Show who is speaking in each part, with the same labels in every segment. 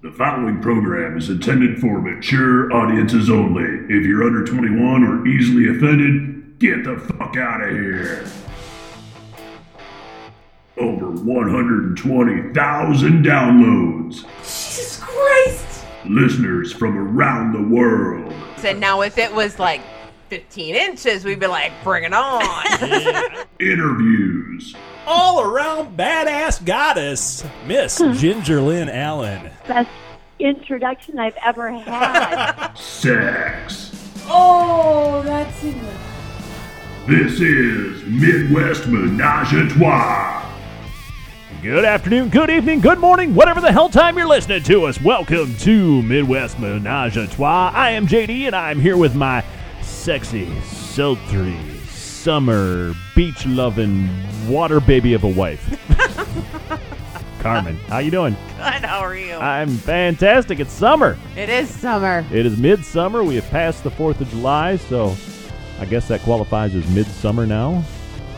Speaker 1: The following program is intended for mature audiences only. If you're under 21 or easily offended, get the fuck out of here. Over 120,000 downloads.
Speaker 2: Jesus Christ!
Speaker 1: Listeners from around the world.
Speaker 2: And now if it was like 15 inches, we'd be like, bring it on.
Speaker 1: Interviews.
Speaker 3: all around badass goddess, Miss Ginger Lynn Allen.
Speaker 4: best introduction I've ever had.
Speaker 1: Sex.
Speaker 5: Oh, that's it.
Speaker 1: This is Midwest Menage a Trois.
Speaker 3: Good afternoon, good evening, good morning, whatever the hell time you're listening to us. Welcome to Midwest Menage a Trois. I am JD, and I'm here with my sexy, sultry, summer, beach loving, water baby of a wife. Carmen, how you doing?
Speaker 2: God, how are you?
Speaker 3: I'm fantastic. It's summer.
Speaker 2: it is summer.
Speaker 3: It is midsummer. We have passed the 4th of July, so I guess that qualifies as midsummer now.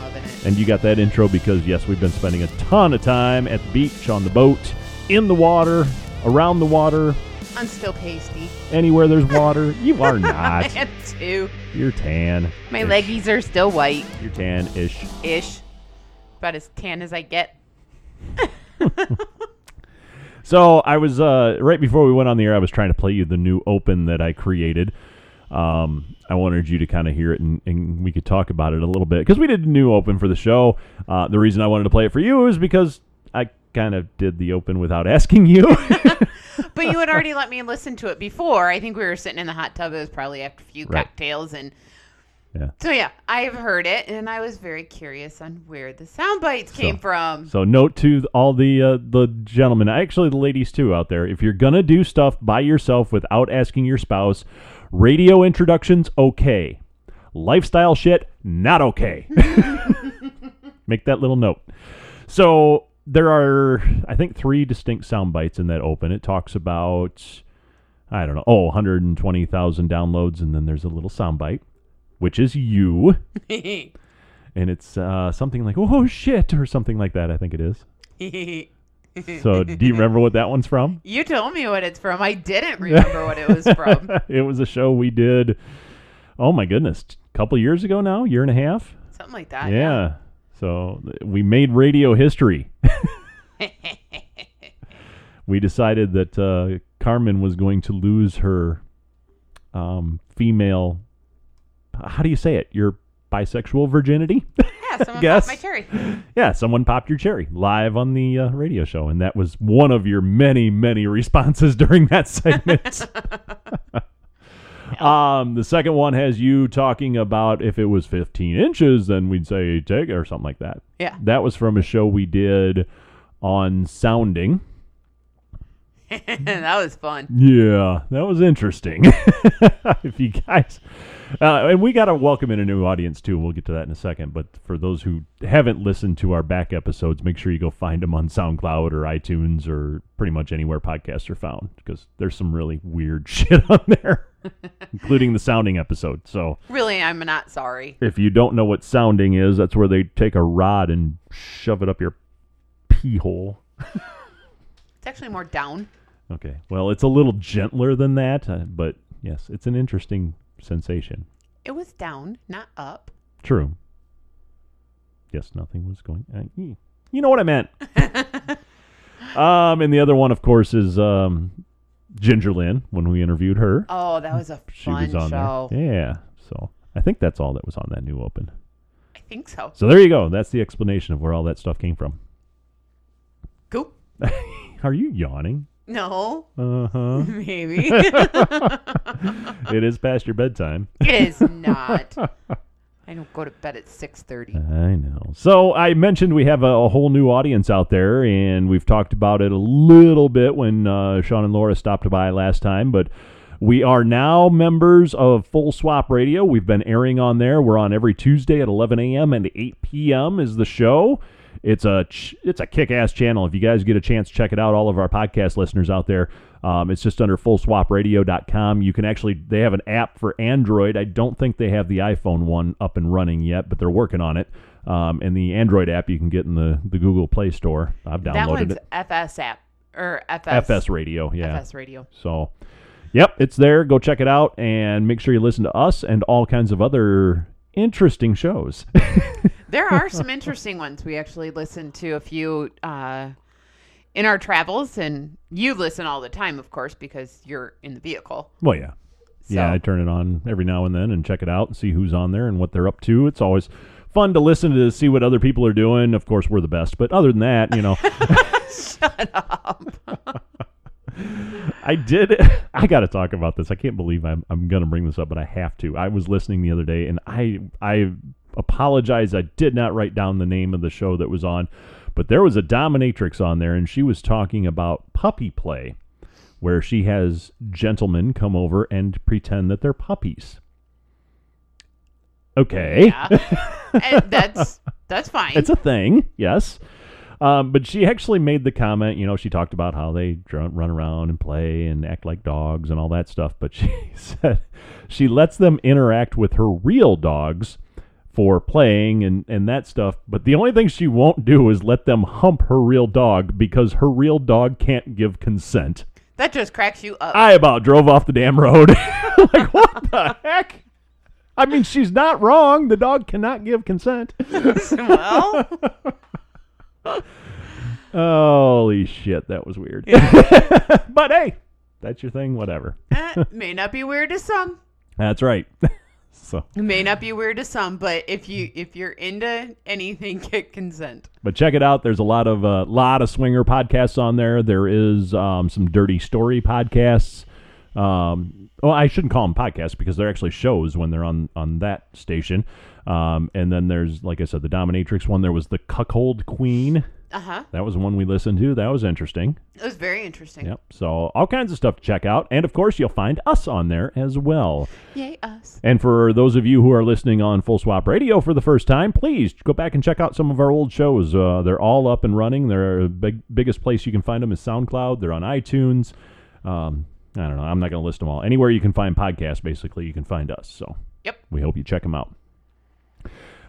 Speaker 2: Loving it.
Speaker 3: And you got that intro because, yes, we've been spending a ton of time at the beach, on the boat, in the water, around the water,
Speaker 2: I'm still pasty.
Speaker 3: anywhere there's water. You are
Speaker 2: I
Speaker 3: not.
Speaker 2: am too.
Speaker 3: You're tan.
Speaker 2: My leggies are still white
Speaker 3: You're tan ish.
Speaker 2: ish. About as tan as I get.
Speaker 3: So I was uh, right before we went on the air. I was trying to play you the new open that I created. Um, I wanted you to kind of hear it, and, and we could talk about it a little bit because we did a new open for the show. Uh, the reason I wanted to play it for you is because I kind of did the open without asking you.
Speaker 2: But you had already let me listen to it before. I think we were sitting in the hot tub. It was probably after a few
Speaker 3: Right.
Speaker 2: cocktails and
Speaker 3: Yeah.
Speaker 2: So yeah, I've heard it and I was very curious on where the sound bites came from.
Speaker 3: so note to all the uh, the gentlemen, actually the ladies too out there, if you're gonna do stuff by yourself without asking your spouse, radio introductions okay, lifestyle shit not okay. Make that little note. So there are, I think, three distinct sound bites in that open. It talks about, I don't know, oh, 120,000 downloads, and then there's a little sound bite, which is you, and it's uh, something like "oh shit" or something like that. I think it is.
Speaker 2: you
Speaker 3: So do you remember what that one's from?
Speaker 2: told me what it's from. I didn't remember what it was from.
Speaker 3: it was a show we did. Oh my goodness, a couple years ago now, year and a half.
Speaker 2: Something like that.
Speaker 3: yeah. So th- we made radio history. we decided that uh, Carmen was going to lose her um, female. How do you say it? Your bisexual virginity?
Speaker 2: Yeah, someone
Speaker 3: Guess.
Speaker 2: popped my cherry.
Speaker 3: yeah, someone popped your cherry live on the uh, radio show, and that was one of your many, many responses during that segment. um, the second one has you talking about if it was 15 inches, then we'd say take it or something like that.
Speaker 2: Yeah.
Speaker 3: That was from a show we did on sounding.
Speaker 2: that was fun.
Speaker 3: Yeah, that was interesting. if you guys, uh, and we got to welcome in a new audience too. We'll get to that in a second. But for those who haven't listened to our back episodes, make sure you go find them on SoundCloud or iTunes or pretty much anywhere podcasts are found because there's some really weird shit on there, including the sounding episode. So
Speaker 2: Really, I'm not sorry.
Speaker 3: if you don't know what sounding is, that's where they take a rod and shove it up your pee hole.
Speaker 2: It's actually more down.
Speaker 3: Okay. Well, it's a little gentler than that, uh, but yes, it's an interesting sensation.
Speaker 2: It was down, not up.
Speaker 3: True. Yes, nothing was going. Uh, ye- you know what I meant. um, and the other one, of course, is um, Ginger Lynn when we interviewed her.
Speaker 2: Oh, that was a
Speaker 3: she
Speaker 2: fun
Speaker 3: was on
Speaker 2: show.
Speaker 3: there. Yeah. So I think that's all that was on that new open.
Speaker 2: I think so.
Speaker 3: So there you go. That's the explanation of where all that stuff came from.
Speaker 2: Cool.
Speaker 3: Are you yawning?
Speaker 2: No,
Speaker 3: Uh huh.
Speaker 2: maybe
Speaker 3: it is past your bedtime.
Speaker 2: it is not. I don't go to bed at six thirty.
Speaker 3: I know. So I mentioned we have a, a whole new audience out there, and we've talked about it a little bit when uh, Sean and Laura stopped by last time, but. We are now members of Full Swap Radio. We've been airing on there. We're on every Tuesday at 11 a.m. and 8 p.m. is the show. It's a ch- it's a kick ass channel. If you guys get a chance, check it out. All of our podcast listeners out there, um, it's just under fullswapradio.com. You can actually they have an app for Android. I don't think they have the iPhone one up and running yet, but they're working on it. Um, and the Android app you can get in the the Google Play Store. I've
Speaker 2: That
Speaker 3: downloaded
Speaker 2: one's
Speaker 3: it.
Speaker 2: FS app. or FS.
Speaker 3: FS radio. Yeah.
Speaker 2: FS radio.
Speaker 3: So, yep, it's there. Go check it out and make sure you listen to us and all kinds of other interesting shows.
Speaker 2: There are some interesting ones. We actually listened to a few uh, in our travels, and you listen all the time, of course, because you're in the vehicle.
Speaker 3: well, yeah. Yeah,
Speaker 2: So-
Speaker 3: I turn it on every now and then and check it out and see who's on there and what they're up to. It's always fun to listen to see what other people are doing. Of course, we're the best, but other than that, you know,
Speaker 2: Shut up.
Speaker 3: I did. I got to talk about this. I can't believe I'm, I'm going to bring this up, but I have to. I was listening the other day, and I I apologize. I did not write down the name of the show that was on, but there was a dominatrix on there, and she was talking about puppy play, where she has gentlemen come over and pretend that they're puppies. Okay.
Speaker 2: Yeah. and that's that's fine.
Speaker 3: It's a thing, yes. Um, but she actually made the comment, you know, she talked about how they dr- run around and play and act like dogs and all that stuff. But she said she lets them interact with her real dogs for playing and, and that stuff. But the only thing she won't do is let them hump her real dog because her real dog can't give consent.
Speaker 2: that just cracks you up.
Speaker 3: I about drove off the damn road. like, what the heck? I mean, she's not wrong. The dog cannot give consent.
Speaker 2: well,
Speaker 3: Holy shit, that was weird. but hey, that's your thing, whatever.
Speaker 2: that may not be weird to some.
Speaker 3: That's right. so,
Speaker 2: It may not be weird to some, but if you if you're into anything, get consent.
Speaker 3: but check it out. There's a lot of uh, lot of swinger podcasts on there. There is um, some dirty story podcasts. Um, well, I shouldn't call them podcasts because they're actually shows when they're on on that station. Um, and then there's, like I said, the Dominatrix one. There was the Cuckold Queen.
Speaker 2: Uh huh.
Speaker 3: That was one we listened to. That was interesting.
Speaker 2: It was very interesting.
Speaker 3: Yep. So all kinds of stuff to check out, and of course you'll find us on there as well.
Speaker 2: Yay us.
Speaker 3: And for those of you who are listening on Full Swap Radio for the first time, please go back and check out some of our old shows. Uh, they're all up and running. They're uh, big, biggest place you can find them is SoundCloud. They're on iTunes. Um, I don't know. I'm not going to list them all. Anywhere you can find podcasts, basically, you can find us. So
Speaker 2: Yep.
Speaker 3: we hope you check them out.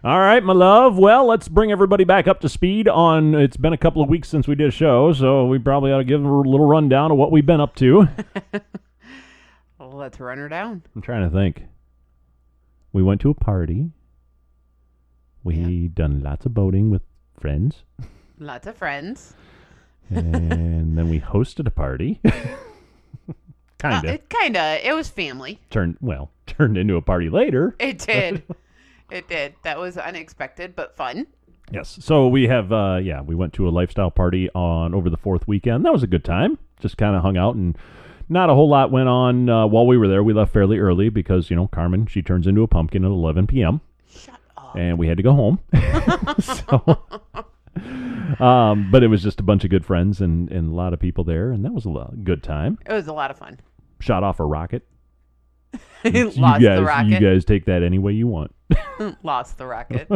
Speaker 3: All right, my love. Well, let's bring everybody back up to speed on. It's been a couple of weeks since we did a show, so we probably ought to give a little rundown of what we've been up to.
Speaker 2: Well, let's run her down.
Speaker 3: I'm trying to think. We went to a party. We done lots of boating with friends,
Speaker 2: Lots of friends.
Speaker 3: and then we hosted a party. kind of
Speaker 2: Uh, it kinda. It was family.
Speaker 3: turned well turned into a party later.
Speaker 2: It did. it did. That was unexpected but fun.
Speaker 3: Yes. So we have uh yeah, we went to a lifestyle party on over the fourth weekend. That was a good time. Just kind of hung out and not a whole lot went on uh, while we were there. We left fairly early because, you know, Carmen, she turns into a pumpkin at 11 p.m.
Speaker 2: Shut up.
Speaker 3: and we had to go home. so, um, but it was just a bunch of good friends and, and a lot of people there, and that was a lo- good time.
Speaker 2: It was a lot of fun.
Speaker 3: Shot off a rocket.
Speaker 2: Lost
Speaker 3: you guys,
Speaker 2: the rocket.
Speaker 3: you guys take that any way you want.
Speaker 2: Lost the rocket.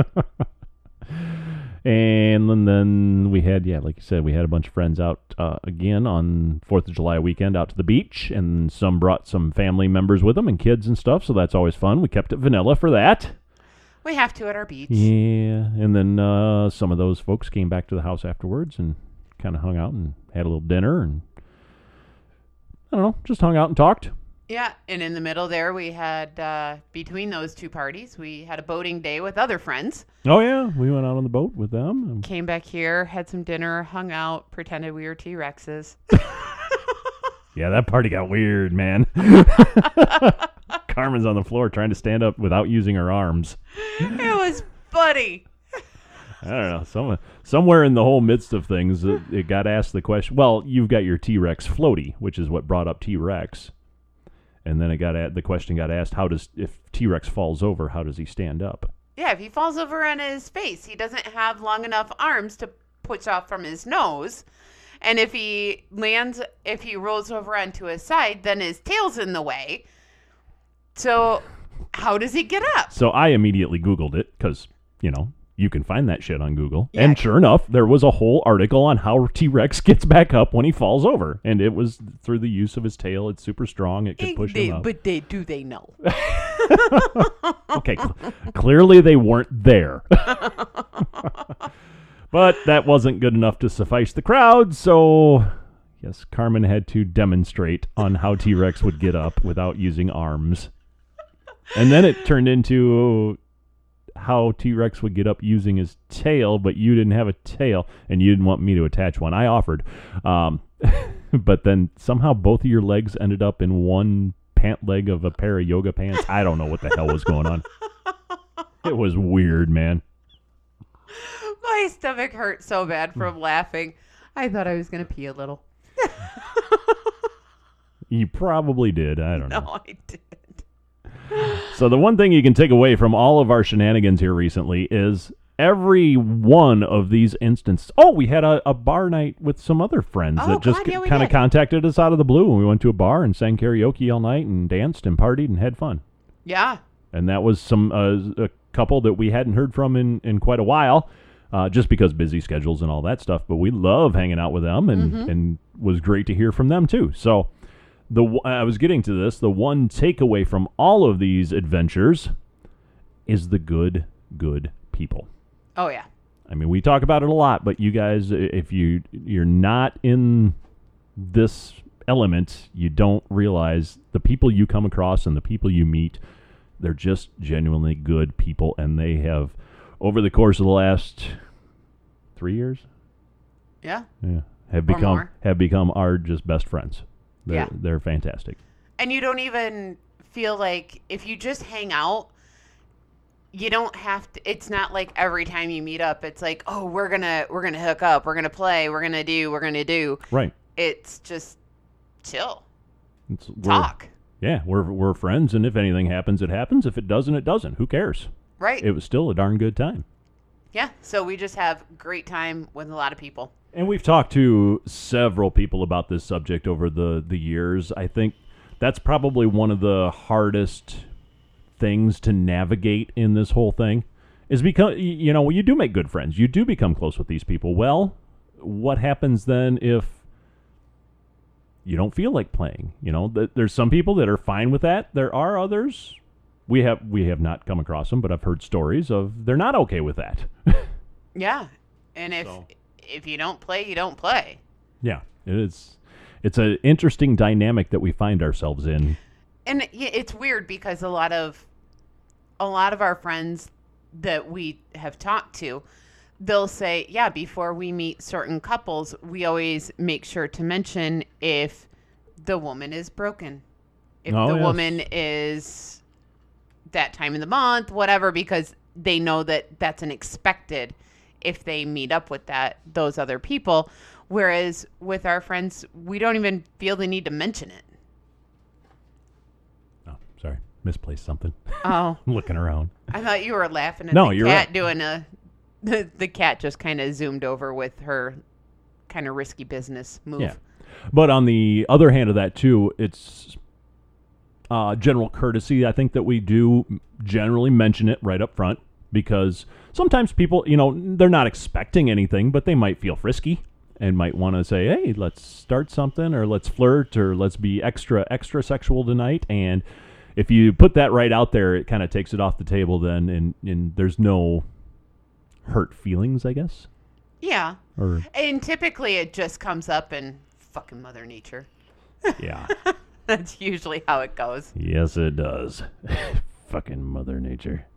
Speaker 3: And then, then we had, yeah, like you said, we had a bunch of friends out uh, again on Fourth of July weekend out to the beach, and some brought some family members with them and kids and stuff. So that's always fun. We kept it vanilla for that.
Speaker 2: we have to at our beach.
Speaker 3: Yeah, and then uh, some of those folks came back to the house afterwards and kind of hung out and had a little dinner and I don't know, just hung out and talked.
Speaker 2: Yeah, and in the middle there, we had uh, between those two parties, we had a boating day with other friends.
Speaker 3: Oh yeah, we went out on the boat with them. and-
Speaker 2: Came back here, had some dinner, hung out, pretended we were T Rexes.
Speaker 3: yeah, that party got weird, man. Carmen's on the floor trying to stand up without using her arms.
Speaker 2: it was funny.
Speaker 3: I don't know. Some, somewhere in the whole midst of things, it, it got asked the question. Well, you've got your T Rex floaty, which is what brought up T Rex, and then it got at, the question got asked: How does if T Rex falls over, how does he stand up?
Speaker 2: Yeah, if he falls over on his face, he doesn't have long enough arms to push off from his nose. And if he lands, if he rolls over onto his side, then his tail's in the way. So, how does he get up?
Speaker 3: So I immediately Googled it because you know you can find that shit on Google,
Speaker 2: Yeah.
Speaker 3: and sure enough, there was a whole article on how T Rex gets back up when he falls over, and it was through the use of his tail. It's super strong; it could push
Speaker 2: They-
Speaker 3: him up.
Speaker 2: but they do they know?
Speaker 3: okay, cl- clearly they weren't there. but that wasn't good enough to suffice the crowd, so Yes, Carmen had to demonstrate on how T Rex would get up without using arms. And then it turned into how T Rex would get up using his tail, but you didn't have a tail and you didn't want me to attach one. I offered. Um, but then somehow both of your legs ended up in one pant leg of a pair of yoga pants. I don't know what the hell was going on. It was weird, man.
Speaker 2: My stomach hurt so bad
Speaker 3: Hmm.
Speaker 2: from laughing. I thought I was going to pee a little.
Speaker 3: You probably did. I don't know.
Speaker 2: No, I did.
Speaker 3: So the one thing you can take away from all of our shenanigans here recently is every one of these instances. Oh, we had a, a bar night with some other friends
Speaker 2: Oh,
Speaker 3: that just
Speaker 2: God, yeah, we
Speaker 3: kind of
Speaker 2: did.
Speaker 3: contacted us out of the blue, and we went to a bar and sang karaoke all night and danced and partied and had fun.
Speaker 2: Yeah.
Speaker 3: And that was some uh, a couple that we hadn't heard from in in quite a while. Uh, just because busy schedules and all that stuff, but we love hanging out with them, and and was great to hear from them too. So, the w- I was getting to this. The one takeaway from all of these adventures is the good, good people.
Speaker 2: Oh, yeah.
Speaker 3: I mean, we talk about it a lot, but you guys, i- if you you're not in this element, you don't realize the people you come across and the people you meet. They're just genuinely good people, and they have over the course of the last three years,
Speaker 2: Yeah.
Speaker 3: yeah, have
Speaker 2: Or
Speaker 3: become
Speaker 2: more.
Speaker 3: have become our just best friends. They're,
Speaker 2: Yeah.
Speaker 3: they're fantastic.
Speaker 2: and you don't even feel like if you just hang out you don't have to it's not like every time you meet up it's like oh we're gonna we're gonna hook up we're gonna play we're gonna do we're gonna do
Speaker 3: Right.
Speaker 2: it's just chill
Speaker 3: It's, we're-
Speaker 2: talk
Speaker 3: Yeah, we're we're friends, and if anything happens, it happens. If it doesn't, it doesn't. Who cares?
Speaker 2: right
Speaker 3: It was still a darn good time.
Speaker 2: yeah so we just have great time with a lot of people
Speaker 3: And we've talked to several people about this subject over the the years. I think that's probably one of the hardest things to navigate in this whole thing is because you know you do make good friends. You do become close with these people. Well, what happens then if you don't feel like playing? You know, th- there's some people that are fine with that. There are others. We have we have not come across them, but I've heard stories of they're not okay with that.
Speaker 2: yeah and if
Speaker 3: So-
Speaker 2: if you don't play you don't play
Speaker 3: Yeah, it's it's an interesting dynamic that we find ourselves in.
Speaker 2: and it- yeah, it's weird because a lot of a lot of our friends that we have talked to they'll say yeah before we meet certain couples we always make sure to mention if the woman is broken if
Speaker 3: Oh,
Speaker 2: the
Speaker 3: yes.
Speaker 2: woman is that time of the month whatever because they know that that's an expected if they meet up with that those other people whereas with our friends we don't even feel the need to mention it
Speaker 3: Oh, sorry, misplaced something.
Speaker 2: oh
Speaker 3: I'm looking around.
Speaker 2: I thought you were laughing at
Speaker 3: No,
Speaker 2: the
Speaker 3: you're
Speaker 2: cat
Speaker 3: right.
Speaker 2: doing a. The, the cat just kind of zoomed over with her kind of risky business move.
Speaker 3: Yeah, but on the other hand of that too, it's uh, general courtesy. I think that we do generally mention it right up front because sometimes people, you know, they're not expecting anything, but they might feel frisky and might want to say, "Hey, let's start something, or let's flirt, or let's be extra extra sexual tonight." And if you put that right out there, it kind of takes it off the table then, and and there's no hurt feelings, I guess.
Speaker 2: Yeah.
Speaker 3: Or
Speaker 2: And typically it just comes up in fucking Mother Nature.
Speaker 3: yeah.
Speaker 2: That's usually how it goes.
Speaker 3: Yes, it does. Fucking Mother Nature.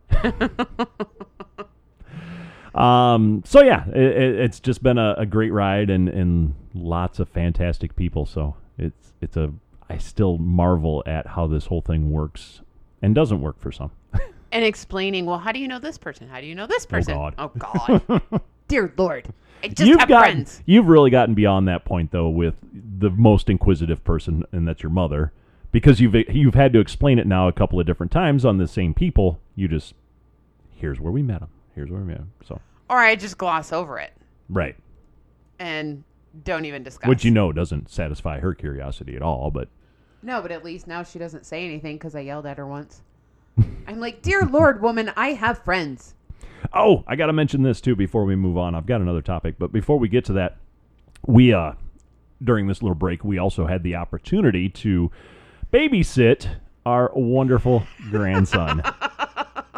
Speaker 3: um. So yeah, i it, it's just been a, a great ride and and lots of fantastic people. So it's it's a I still marvel at how this whole thing works and doesn't work for some.
Speaker 2: And explaining, well, how do you know this person? How do you know this person?
Speaker 3: God.
Speaker 2: Oh, God. Dear Lord. I just
Speaker 3: you've
Speaker 2: have
Speaker 3: gotten,
Speaker 2: friends.
Speaker 3: You've really gotten beyond that point though with the most inquisitive person, and that's your mother, because you've you've had to explain it now a couple of different times on the same people. You just here's where we met them. Here's where we met them. So
Speaker 2: Or I just gloss over it
Speaker 3: right,
Speaker 2: and don't even discuss.
Speaker 3: which you know doesn't satisfy her curiosity at all. But
Speaker 2: No, but at least now she doesn't say anything because I yelled at her once. I'm like, Dear Lord, woman, I have friends.
Speaker 3: Oh, I got to mention this too before we move on. I've got another topic, but before we get to that, we uh during this little break, we also had the opportunity to babysit our wonderful grandson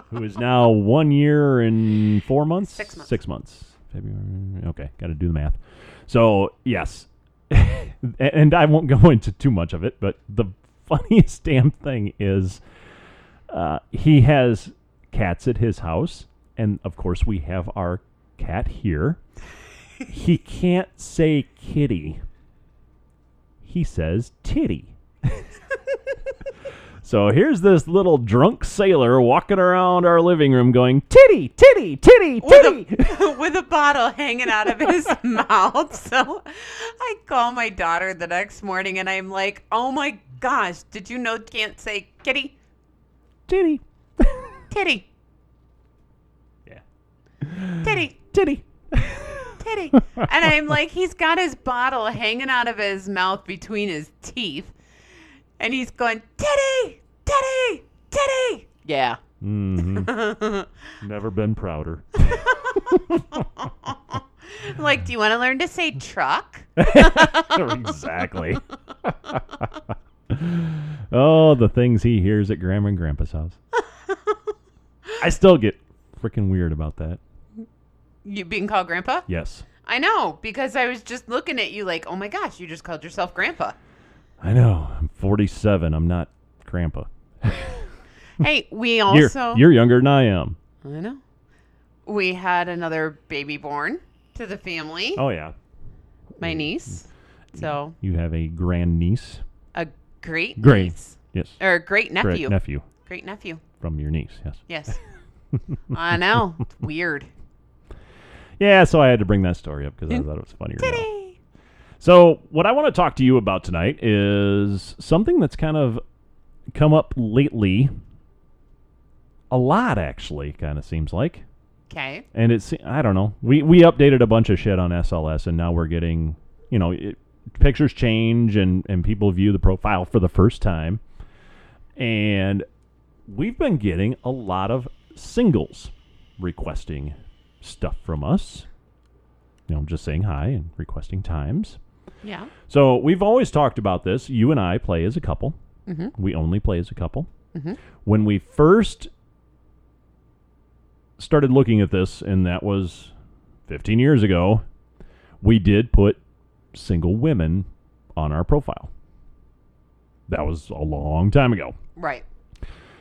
Speaker 3: who is now 1 year and 4 months, 6
Speaker 2: months.
Speaker 3: 6 months. February. Okay, got to do the math. So, yes, and I won't go into too much of it, but the funniest damn thing is uh, he has cats at his house, and of course we have our cat here. he can't say kitty. He says titty. so here's this little drunk sailor walking around our living room going titty, titty, titty,
Speaker 2: with
Speaker 3: titty.
Speaker 2: a, with a bottle hanging out of his mouth. So I call my daughter the next morning and I'm like, oh my gosh, did you know can't say kitty,
Speaker 3: titty.
Speaker 2: titty,
Speaker 3: Yeah.
Speaker 2: titty,
Speaker 3: Titty.
Speaker 2: titty? And I'm like, he's got his bottle hanging out of his mouth between his teeth and he's going, titty, titty, titty. Yeah.
Speaker 3: hmm Never been prouder.
Speaker 2: Like, do you want to learn to say truck?
Speaker 3: exactly. oh, the things he hears at Grandma and Grandpa's house. I still get freaking weird about that.
Speaker 2: You being called grandpa?
Speaker 3: Yes,
Speaker 2: I know because I was just looking at you like, oh my gosh, you just called yourself grandpa.
Speaker 3: I know. I'm 47. I'm not Grandpa.
Speaker 2: Hey, we
Speaker 3: You're-
Speaker 2: also
Speaker 3: you're younger than I am.
Speaker 2: I know we had another baby born to the family,
Speaker 3: Oh yeah.
Speaker 2: my niece. So
Speaker 3: You have a grandniece.
Speaker 2: a great
Speaker 3: Great.
Speaker 2: niece
Speaker 3: Yes.
Speaker 2: or great nephew,
Speaker 3: Great nephew
Speaker 2: great nephew.
Speaker 3: from your niece. Yes.
Speaker 2: Yes, I know. It's weird.
Speaker 3: Yeah. So I had to bring that story up because I thought it was funnier. now.
Speaker 2: Titty.
Speaker 3: So, what I want to talk to you about tonight is something that's kind of come up lately. A lot, actually, kind of seems like.
Speaker 2: Okay.
Speaker 3: And it's, I don't know. We, we updated a bunch of shit on SLS, and now we're getting, you know, it, pictures change and, and people view the profile for the first time. And we've been getting a lot of singles requesting stuff from us. You know, just saying hi and requesting times.
Speaker 2: Yeah.
Speaker 3: So we've always talked about this. You and I play as a couple.
Speaker 2: Mm-hmm.
Speaker 3: We only play as a couple. When we first started looking at this, and that was 15 years ago, we did put single women on our profile. That was a long time ago.
Speaker 2: Right.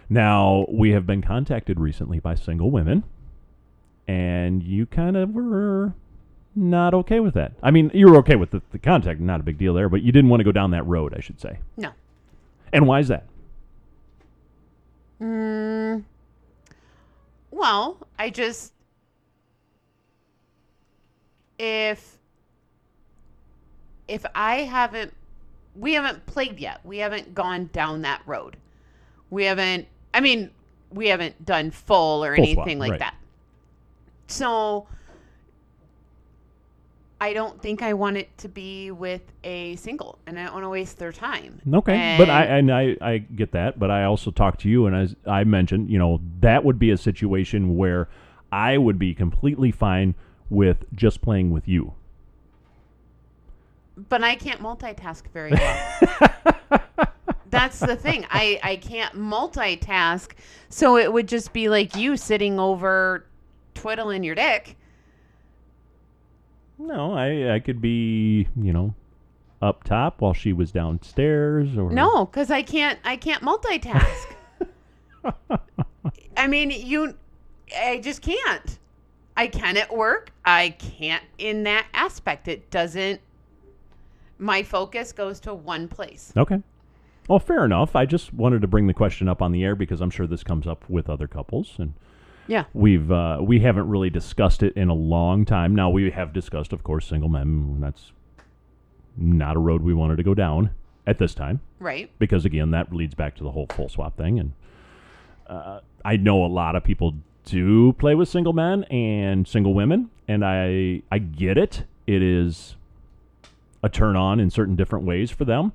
Speaker 3: Now, we have been contacted recently by single women, and you kind of were not okay with that. I mean, you were okay with the, the contact, not a big deal there, but you didn't want to go down that road, I should say.
Speaker 2: No.
Speaker 3: And why is that?
Speaker 2: Mm, well, I just if if I haven't we haven't played yet. We haven't gone down that road. We haven't I mean, we haven't done full or
Speaker 3: Full swap,
Speaker 2: anything like
Speaker 3: right.
Speaker 2: that. So I don't think I want it to be with a single and I don't want to waste their time.
Speaker 3: Okay, but I and
Speaker 2: And-
Speaker 3: I, I get that, but I also talked to you, and as I mentioned, you know, that would be a situation where I would be completely fine with just playing with you.
Speaker 2: but I can't multitask very well. That's the thing. I, I can't multitask. So it would just be like you sitting over twiddling your dick.
Speaker 3: No, I I could be you know up top while she was downstairs, or
Speaker 2: No, because I can't I can't multitask. I mean you I just can't. I can at work. I can't in that aspect. It doesn't my focus goes to one place.
Speaker 3: Okay. Well, fair enough. I just wanted to bring the question up on the air because I'm sure this comes up with other couples, and
Speaker 2: Yeah.
Speaker 3: we've uh, we haven't really discussed it in a long time. Now we have discussed, of course, single men. and That's not a road we wanted to go down at this time
Speaker 2: Right?
Speaker 3: because again, that leads back to the whole full swap thing. And uh, I know a lot of people do play with single men and single women, and I I get it. It is a turn on in certain different ways for them.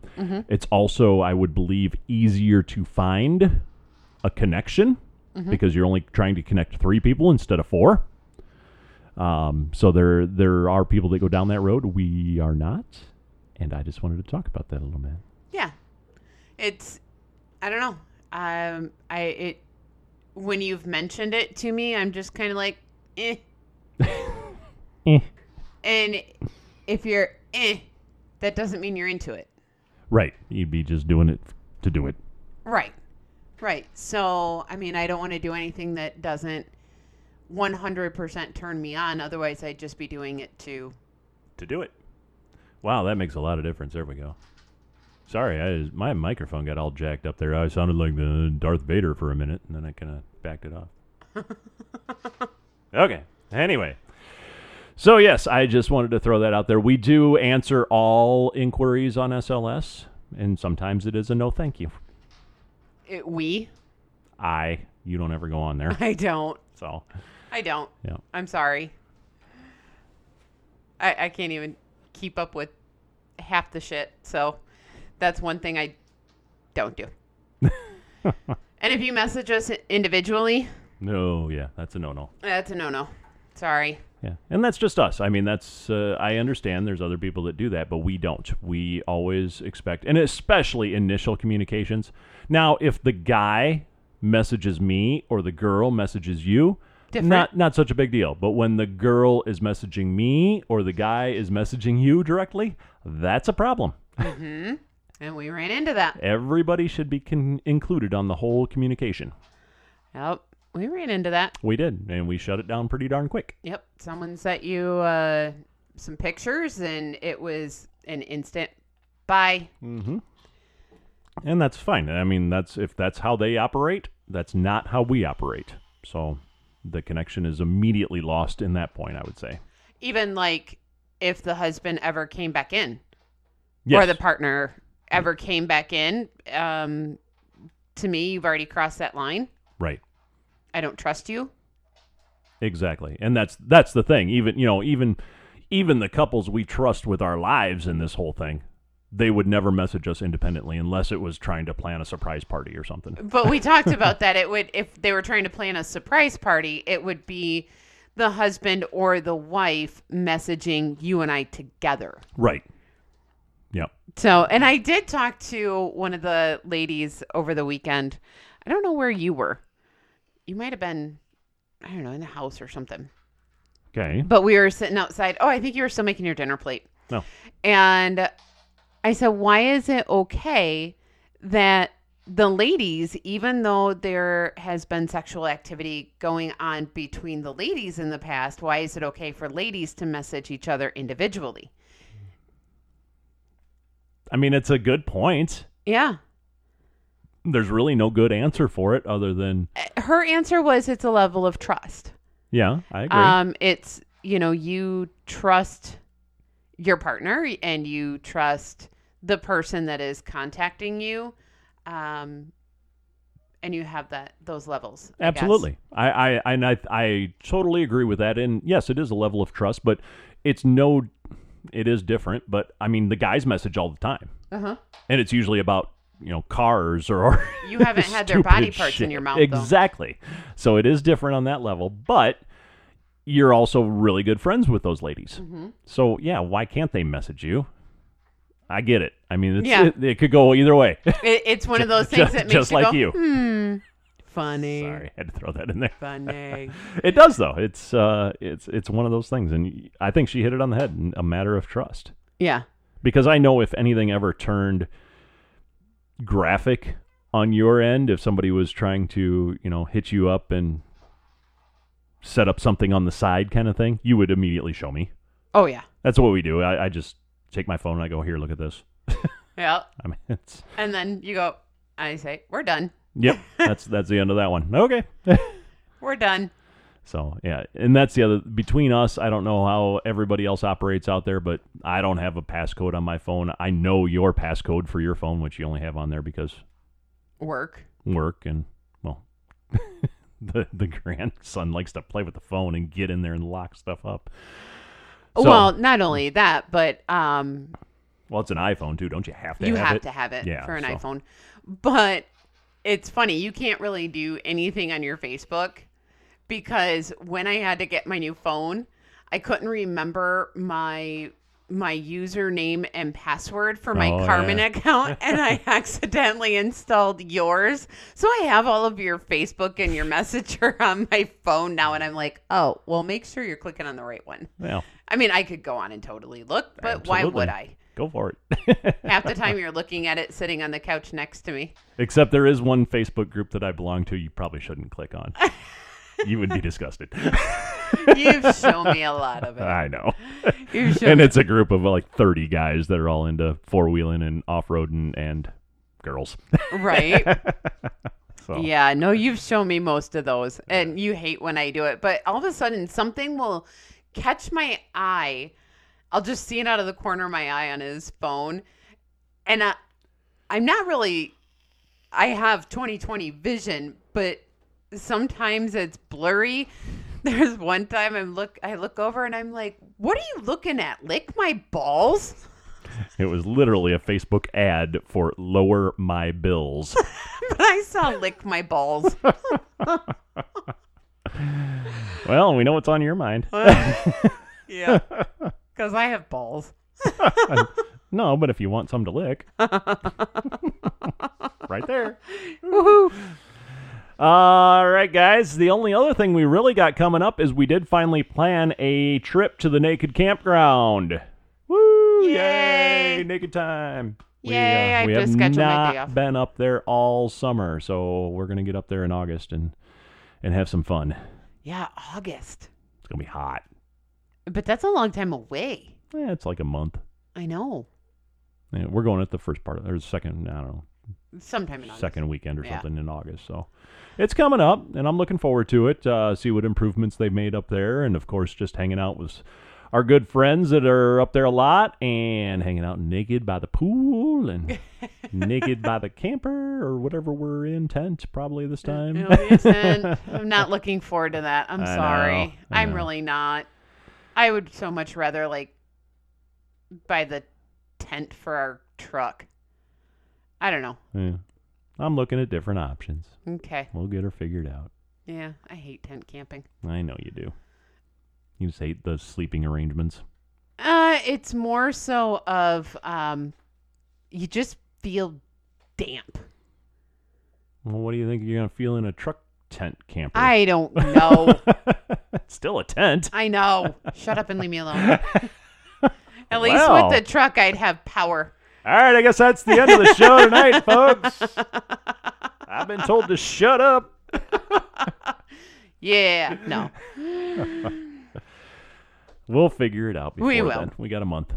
Speaker 3: It's also, I would believe, easier to find a connection because you're only trying to connect three people instead of four. Um, so there there are people that go down that road. We are not, and I just wanted to talk about that a little bit.
Speaker 2: Yeah. It's I don't know. Um I it when you've mentioned it to me, I'm just kind of like eh.
Speaker 3: Eh.
Speaker 2: And if you're eh, that doesn't mean you're into it.
Speaker 3: Right. You'd be just doing it to do it.
Speaker 2: Right. Right. So, I mean, I don't want to do anything that doesn't 100% turn me on. Otherwise, I'd just be doing it to.
Speaker 3: To do it. Wow, that makes a lot of difference. There we go. Sorry, I, my microphone got all jacked up there. I sounded like the Darth Vader for a minute, and then I kind of backed it off. okay. Anyway. So, yes, I just wanted to throw that out there. We do answer all inquiries on SLS, and sometimes it is a no thank you.
Speaker 2: It, we?
Speaker 3: I, you don't ever go on there.
Speaker 2: I don't.
Speaker 3: So,
Speaker 2: I don't.
Speaker 3: yeah.
Speaker 2: I'm sorry. I, I can't even keep up with half the shit. So that's one thing I don't do. and if you message us individually,
Speaker 3: No, yeah, that's a no no.
Speaker 2: that's a no no. Sorry.
Speaker 3: Yeah, and that's just us. I mean, that's uh, I understand. There's other people that do that, but we don't. We always expect, and especially initial communications. Now, if the guy messages me or the girl messages you,
Speaker 2: Different.
Speaker 3: not not such a big deal. But when the girl is messaging me or the guy is messaging you directly, that's a problem.
Speaker 2: And we ran into that.
Speaker 3: Everybody should be con- included on the whole communication.
Speaker 2: Yep. We ran into that.
Speaker 3: We did, and we shut it down pretty darn quick.
Speaker 2: Yep. Someone sent you uh, some pictures and it was an instant bye.
Speaker 3: And that's fine. I mean, that's if that's how they operate, that's not how we operate. So the connection is immediately lost in that point, I would say.
Speaker 2: Even like if the husband ever came back in.
Speaker 3: Yes.
Speaker 2: or the partner ever came back in, um, to me, you've already crossed that line.
Speaker 3: right.
Speaker 2: I don't trust you.
Speaker 3: Exactly. And that's that's the thing. Even, you know, even even the couples we trust with our lives in this whole thing, they would never message us independently unless it was trying to plan a surprise party or something.
Speaker 2: But we talked about that. It would, if they were trying to plan a surprise party, it would be the husband or the wife messaging you and I together.
Speaker 3: Right. Yep.
Speaker 2: So, and I did talk to one of the ladies over the weekend. I don't know where you were. You might have been, I don't know, in the house or something.
Speaker 3: Okay.
Speaker 2: But we were sitting outside. Oh, I think you were still making your dinner plate.
Speaker 3: No.
Speaker 2: And I said, why is it okay that the ladies, even though there has been sexual activity going on between the ladies in the past, why is it okay for ladies to message each other individually?
Speaker 3: I mean, it's a good point.
Speaker 2: Yeah.
Speaker 3: There's really no good answer for it other than
Speaker 2: Her answer was it's a level of trust.
Speaker 3: yeah, I agree.
Speaker 2: Um, it's you know you trust your partner and you trust the person that is contacting you, um, and you have that those levels. I guess.
Speaker 3: Absolutely. I, I, I- and I, I totally agree with that. And yes, it is a level of trust, but it's no, it is different. But I mean, the guys message all the time,
Speaker 2: Uh-huh.
Speaker 3: and it's usually about you know cars or
Speaker 2: You haven't had their body
Speaker 3: stupid
Speaker 2: parts in
Speaker 3: shit.
Speaker 2: your mouth, though.
Speaker 3: Exactly. So it is different on that level, but you're also really good friends with those ladies.
Speaker 2: Mm-hmm.
Speaker 3: So yeah, why can't they message you? I get it. I mean, it's,
Speaker 2: Yeah.
Speaker 3: it, it could go either way.
Speaker 2: It, it's one of those things
Speaker 3: just
Speaker 2: that makes
Speaker 3: just
Speaker 2: you
Speaker 3: like
Speaker 2: go, hmm.
Speaker 3: you.
Speaker 2: funny,
Speaker 3: Sorry, I had to throw that in there.
Speaker 2: funny.
Speaker 3: It does though. It's uh, it's it's one of those things, and I think she hit it on the head. A matter of trust,
Speaker 2: yeah,
Speaker 3: because I know if anything ever turned graphic on your end, if somebody was trying to you know hit you up and set up something on the side kind of thing, you would immediately show me.
Speaker 2: oh yeah,
Speaker 3: That's what we do. I, I just take my phone and I go here, look at this.
Speaker 2: yeah.
Speaker 3: I mean, it's
Speaker 2: And then you go, I say, we're done,
Speaker 3: yep. That's that's the end of that one. Okay.
Speaker 2: we're done.
Speaker 3: So yeah, and that's the other between us. I don't know how everybody else operates out there, but I don't have a passcode on my phone. I know your passcode for your phone, which you only have on there because
Speaker 2: Work.
Speaker 3: work and well, the the grandson likes to play with the phone and get in there and lock stuff up. So-
Speaker 2: well, not only that, but um,
Speaker 3: well, it's an iPhone too. Don't you have to?
Speaker 2: you
Speaker 3: have,
Speaker 2: have
Speaker 3: it?
Speaker 2: to have it
Speaker 3: Yeah,
Speaker 2: for an
Speaker 3: so-
Speaker 2: iPhone. But it's funny, you can't really do anything on your Facebook because when I had to get my new phone, I couldn't remember my my username and password for my
Speaker 3: Oh,
Speaker 2: Carmen
Speaker 3: yeah.
Speaker 2: account and I accidentally installed yours. So I have all of your Facebook and your Messenger on my phone now and I'm like, "Oh, well make sure you're clicking on the right one."
Speaker 3: Well,
Speaker 2: I mean, I could go on and totally look, but why would
Speaker 3: Absolutely.
Speaker 2: I?
Speaker 3: Go for it.
Speaker 2: Half the time you're looking at it sitting on the couch next to me.
Speaker 3: Except there is one Facebook group that I belong to you probably shouldn't click on. you would be disgusted.
Speaker 2: You've shown me a lot of it.
Speaker 3: I know.
Speaker 2: You've shown
Speaker 3: And it's a group of like 30 guys that are all into four wheeling and off roading and girls.
Speaker 2: right.
Speaker 3: So,
Speaker 2: Yeah, no, you've shown me most of those, and you hate when I do it. But all of a sudden, something will catch my eye. I'll just see it out of the corner of my eye on his phone, and I, I'm not really. I have 2020 vision, but sometimes it's blurry. There's one time I'm look I look over and I'm like, "What are you looking at? Lick my balls?"
Speaker 3: It was literally a Facebook ad for lower my bills.
Speaker 2: But I saw lick my balls.
Speaker 3: well, we know what's on your mind.
Speaker 2: yeah. Cuz I have balls.
Speaker 3: No, but if you want some to lick, right there.
Speaker 2: Woohoo.
Speaker 3: All right, guys. The only other thing we really got coming up is we did finally plan a trip to the Naked Campground. Woo!
Speaker 2: Yay.
Speaker 3: Yay! Naked time.
Speaker 2: Yay, I
Speaker 3: we have
Speaker 2: just scheduled my
Speaker 3: not
Speaker 2: day off.
Speaker 3: been up there all summer, so we're gonna get up there in August and and have some fun.
Speaker 2: Yeah, August.
Speaker 3: It's gonna be hot.
Speaker 2: But that's a long time away.
Speaker 3: Eh, it's like a month.
Speaker 2: I know.
Speaker 3: Yeah, we're going at the first part of, or the second. I don't know.
Speaker 2: Sometime in August.
Speaker 3: second weekend or
Speaker 2: Yeah.
Speaker 3: something in August. So it's coming up, and I'm looking forward to it. Uh, see what improvements they've made up there, and of course, just hanging out with our good friends that are up there a lot, and hanging out naked by the pool and naked by the camper or whatever we're in tent probably this time.
Speaker 2: It'll be a tent. Oh, I'm not looking forward to that. I'm
Speaker 3: I know,
Speaker 2: sorry.
Speaker 3: I
Speaker 2: I'm
Speaker 3: know.
Speaker 2: really not. I would so much rather like buy the tent for our truck. I don't know.
Speaker 3: Yeah. I'm looking at different options.
Speaker 2: Okay.
Speaker 3: We'll get her figured out.
Speaker 2: Yeah, I hate tent camping.
Speaker 3: I know you do. You just hate the sleeping arrangements.
Speaker 2: Uh, it's more so of um, you just feel damp.
Speaker 3: Well, what do you think you're gonna feel in a truck tent camper?
Speaker 2: I don't know.
Speaker 3: Still a tent.
Speaker 2: I know. Shut up and leave me alone. At least
Speaker 3: Well.
Speaker 2: with the truck, I'd have power.
Speaker 3: All right, I guess that's the end of the show tonight, folks. I've been told to shut up.
Speaker 2: Yeah. No.
Speaker 3: We'll figure it out. Before
Speaker 2: We will.
Speaker 3: Then. We got a month.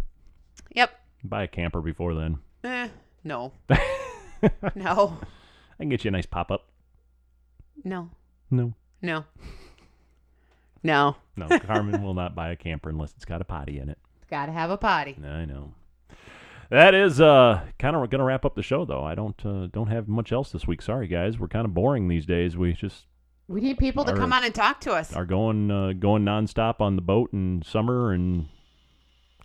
Speaker 2: Yep.
Speaker 3: Buy a camper before then.
Speaker 2: Eh, no. no.
Speaker 3: I can get you a nice pop up.
Speaker 2: No.
Speaker 3: No,
Speaker 2: No. No.
Speaker 3: no, Carmen will not buy a camper unless it's got a potty in it.
Speaker 2: Gotta have a potty.
Speaker 3: I know. That is uh, kind of going to wrap up the show, though. I don't uh, don't have much else this week. Sorry, guys. We're kind of boring these days. We just
Speaker 2: We need people to
Speaker 3: Our-
Speaker 2: come on and talk to us.
Speaker 3: are going uh, going nonstop on the boat in summer and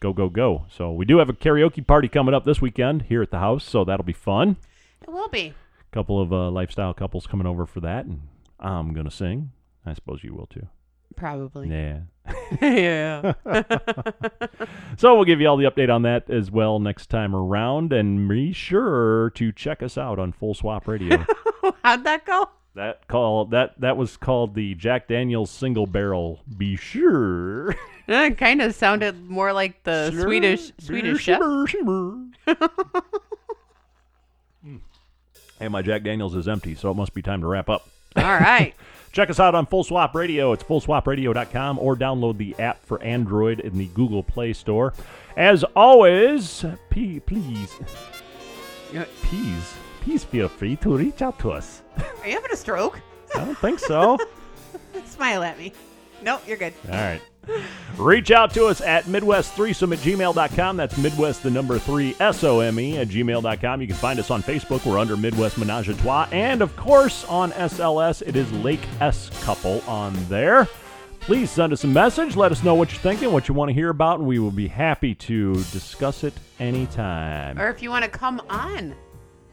Speaker 3: go go go. So we do have a karaoke party coming up this weekend here at the house, so that'll be fun.
Speaker 2: It will be.
Speaker 3: A couple of uh, lifestyle couples coming over for that, and I'm gonna sing. I suppose you will too.
Speaker 2: Probably.
Speaker 3: Yeah.
Speaker 2: yeah.
Speaker 3: So we'll give you all the update on that as well next time around, and be sure to check us out on Full Swap Radio.
Speaker 2: How'd that go?
Speaker 3: that call that that was called the Jack Daniel's Single Barrel. Be sure.
Speaker 2: That kind of Eh, sounded more like the
Speaker 3: Sure,
Speaker 2: Swedish
Speaker 3: be
Speaker 2: Swedish chef.
Speaker 3: shimmer, shimmer. Mm. and my Jack Daniels is empty, so it must be time to wrap up.
Speaker 2: All right.
Speaker 3: Check us out on Full Swap Radio. It's fullswapradio.com or download the app for Android in the Google Play Store. As always, p- please,
Speaker 2: Yeah.
Speaker 3: please, please feel free to reach out to us.
Speaker 2: Are you having a stroke?
Speaker 3: I don't think so.
Speaker 2: Smile at me. Nope, you're good.
Speaker 3: All right. Reach out to us at MidwestThreesome at gmail.com. That's Midwest, the number three, S O M E, at gmail.com. You can find us on Facebook. We're under Midwest Menage a Trois. And of course, on SLS, it is Lake S Couple on there. Please send us a message. Let us know what you're thinking, what you want to hear about, and we will be happy to discuss it anytime.
Speaker 2: Or if you want to come on. on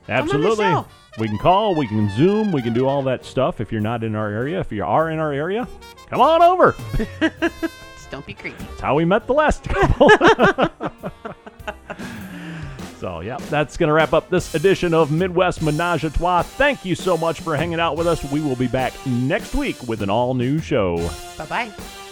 Speaker 2: the
Speaker 3: Absolutely.
Speaker 2: show.
Speaker 3: We can call, we can Zoom, we can do all that stuff if you're not in our area. If you are in our area, come on over.
Speaker 2: Just don't be creepy.
Speaker 3: That's how we met the last couple. so, yeah, that's going to wrap up this edition of Midwest Menage a Trois. Thank you so much for hanging out with us. We will be back next week with an all new show.
Speaker 2: Bye bye.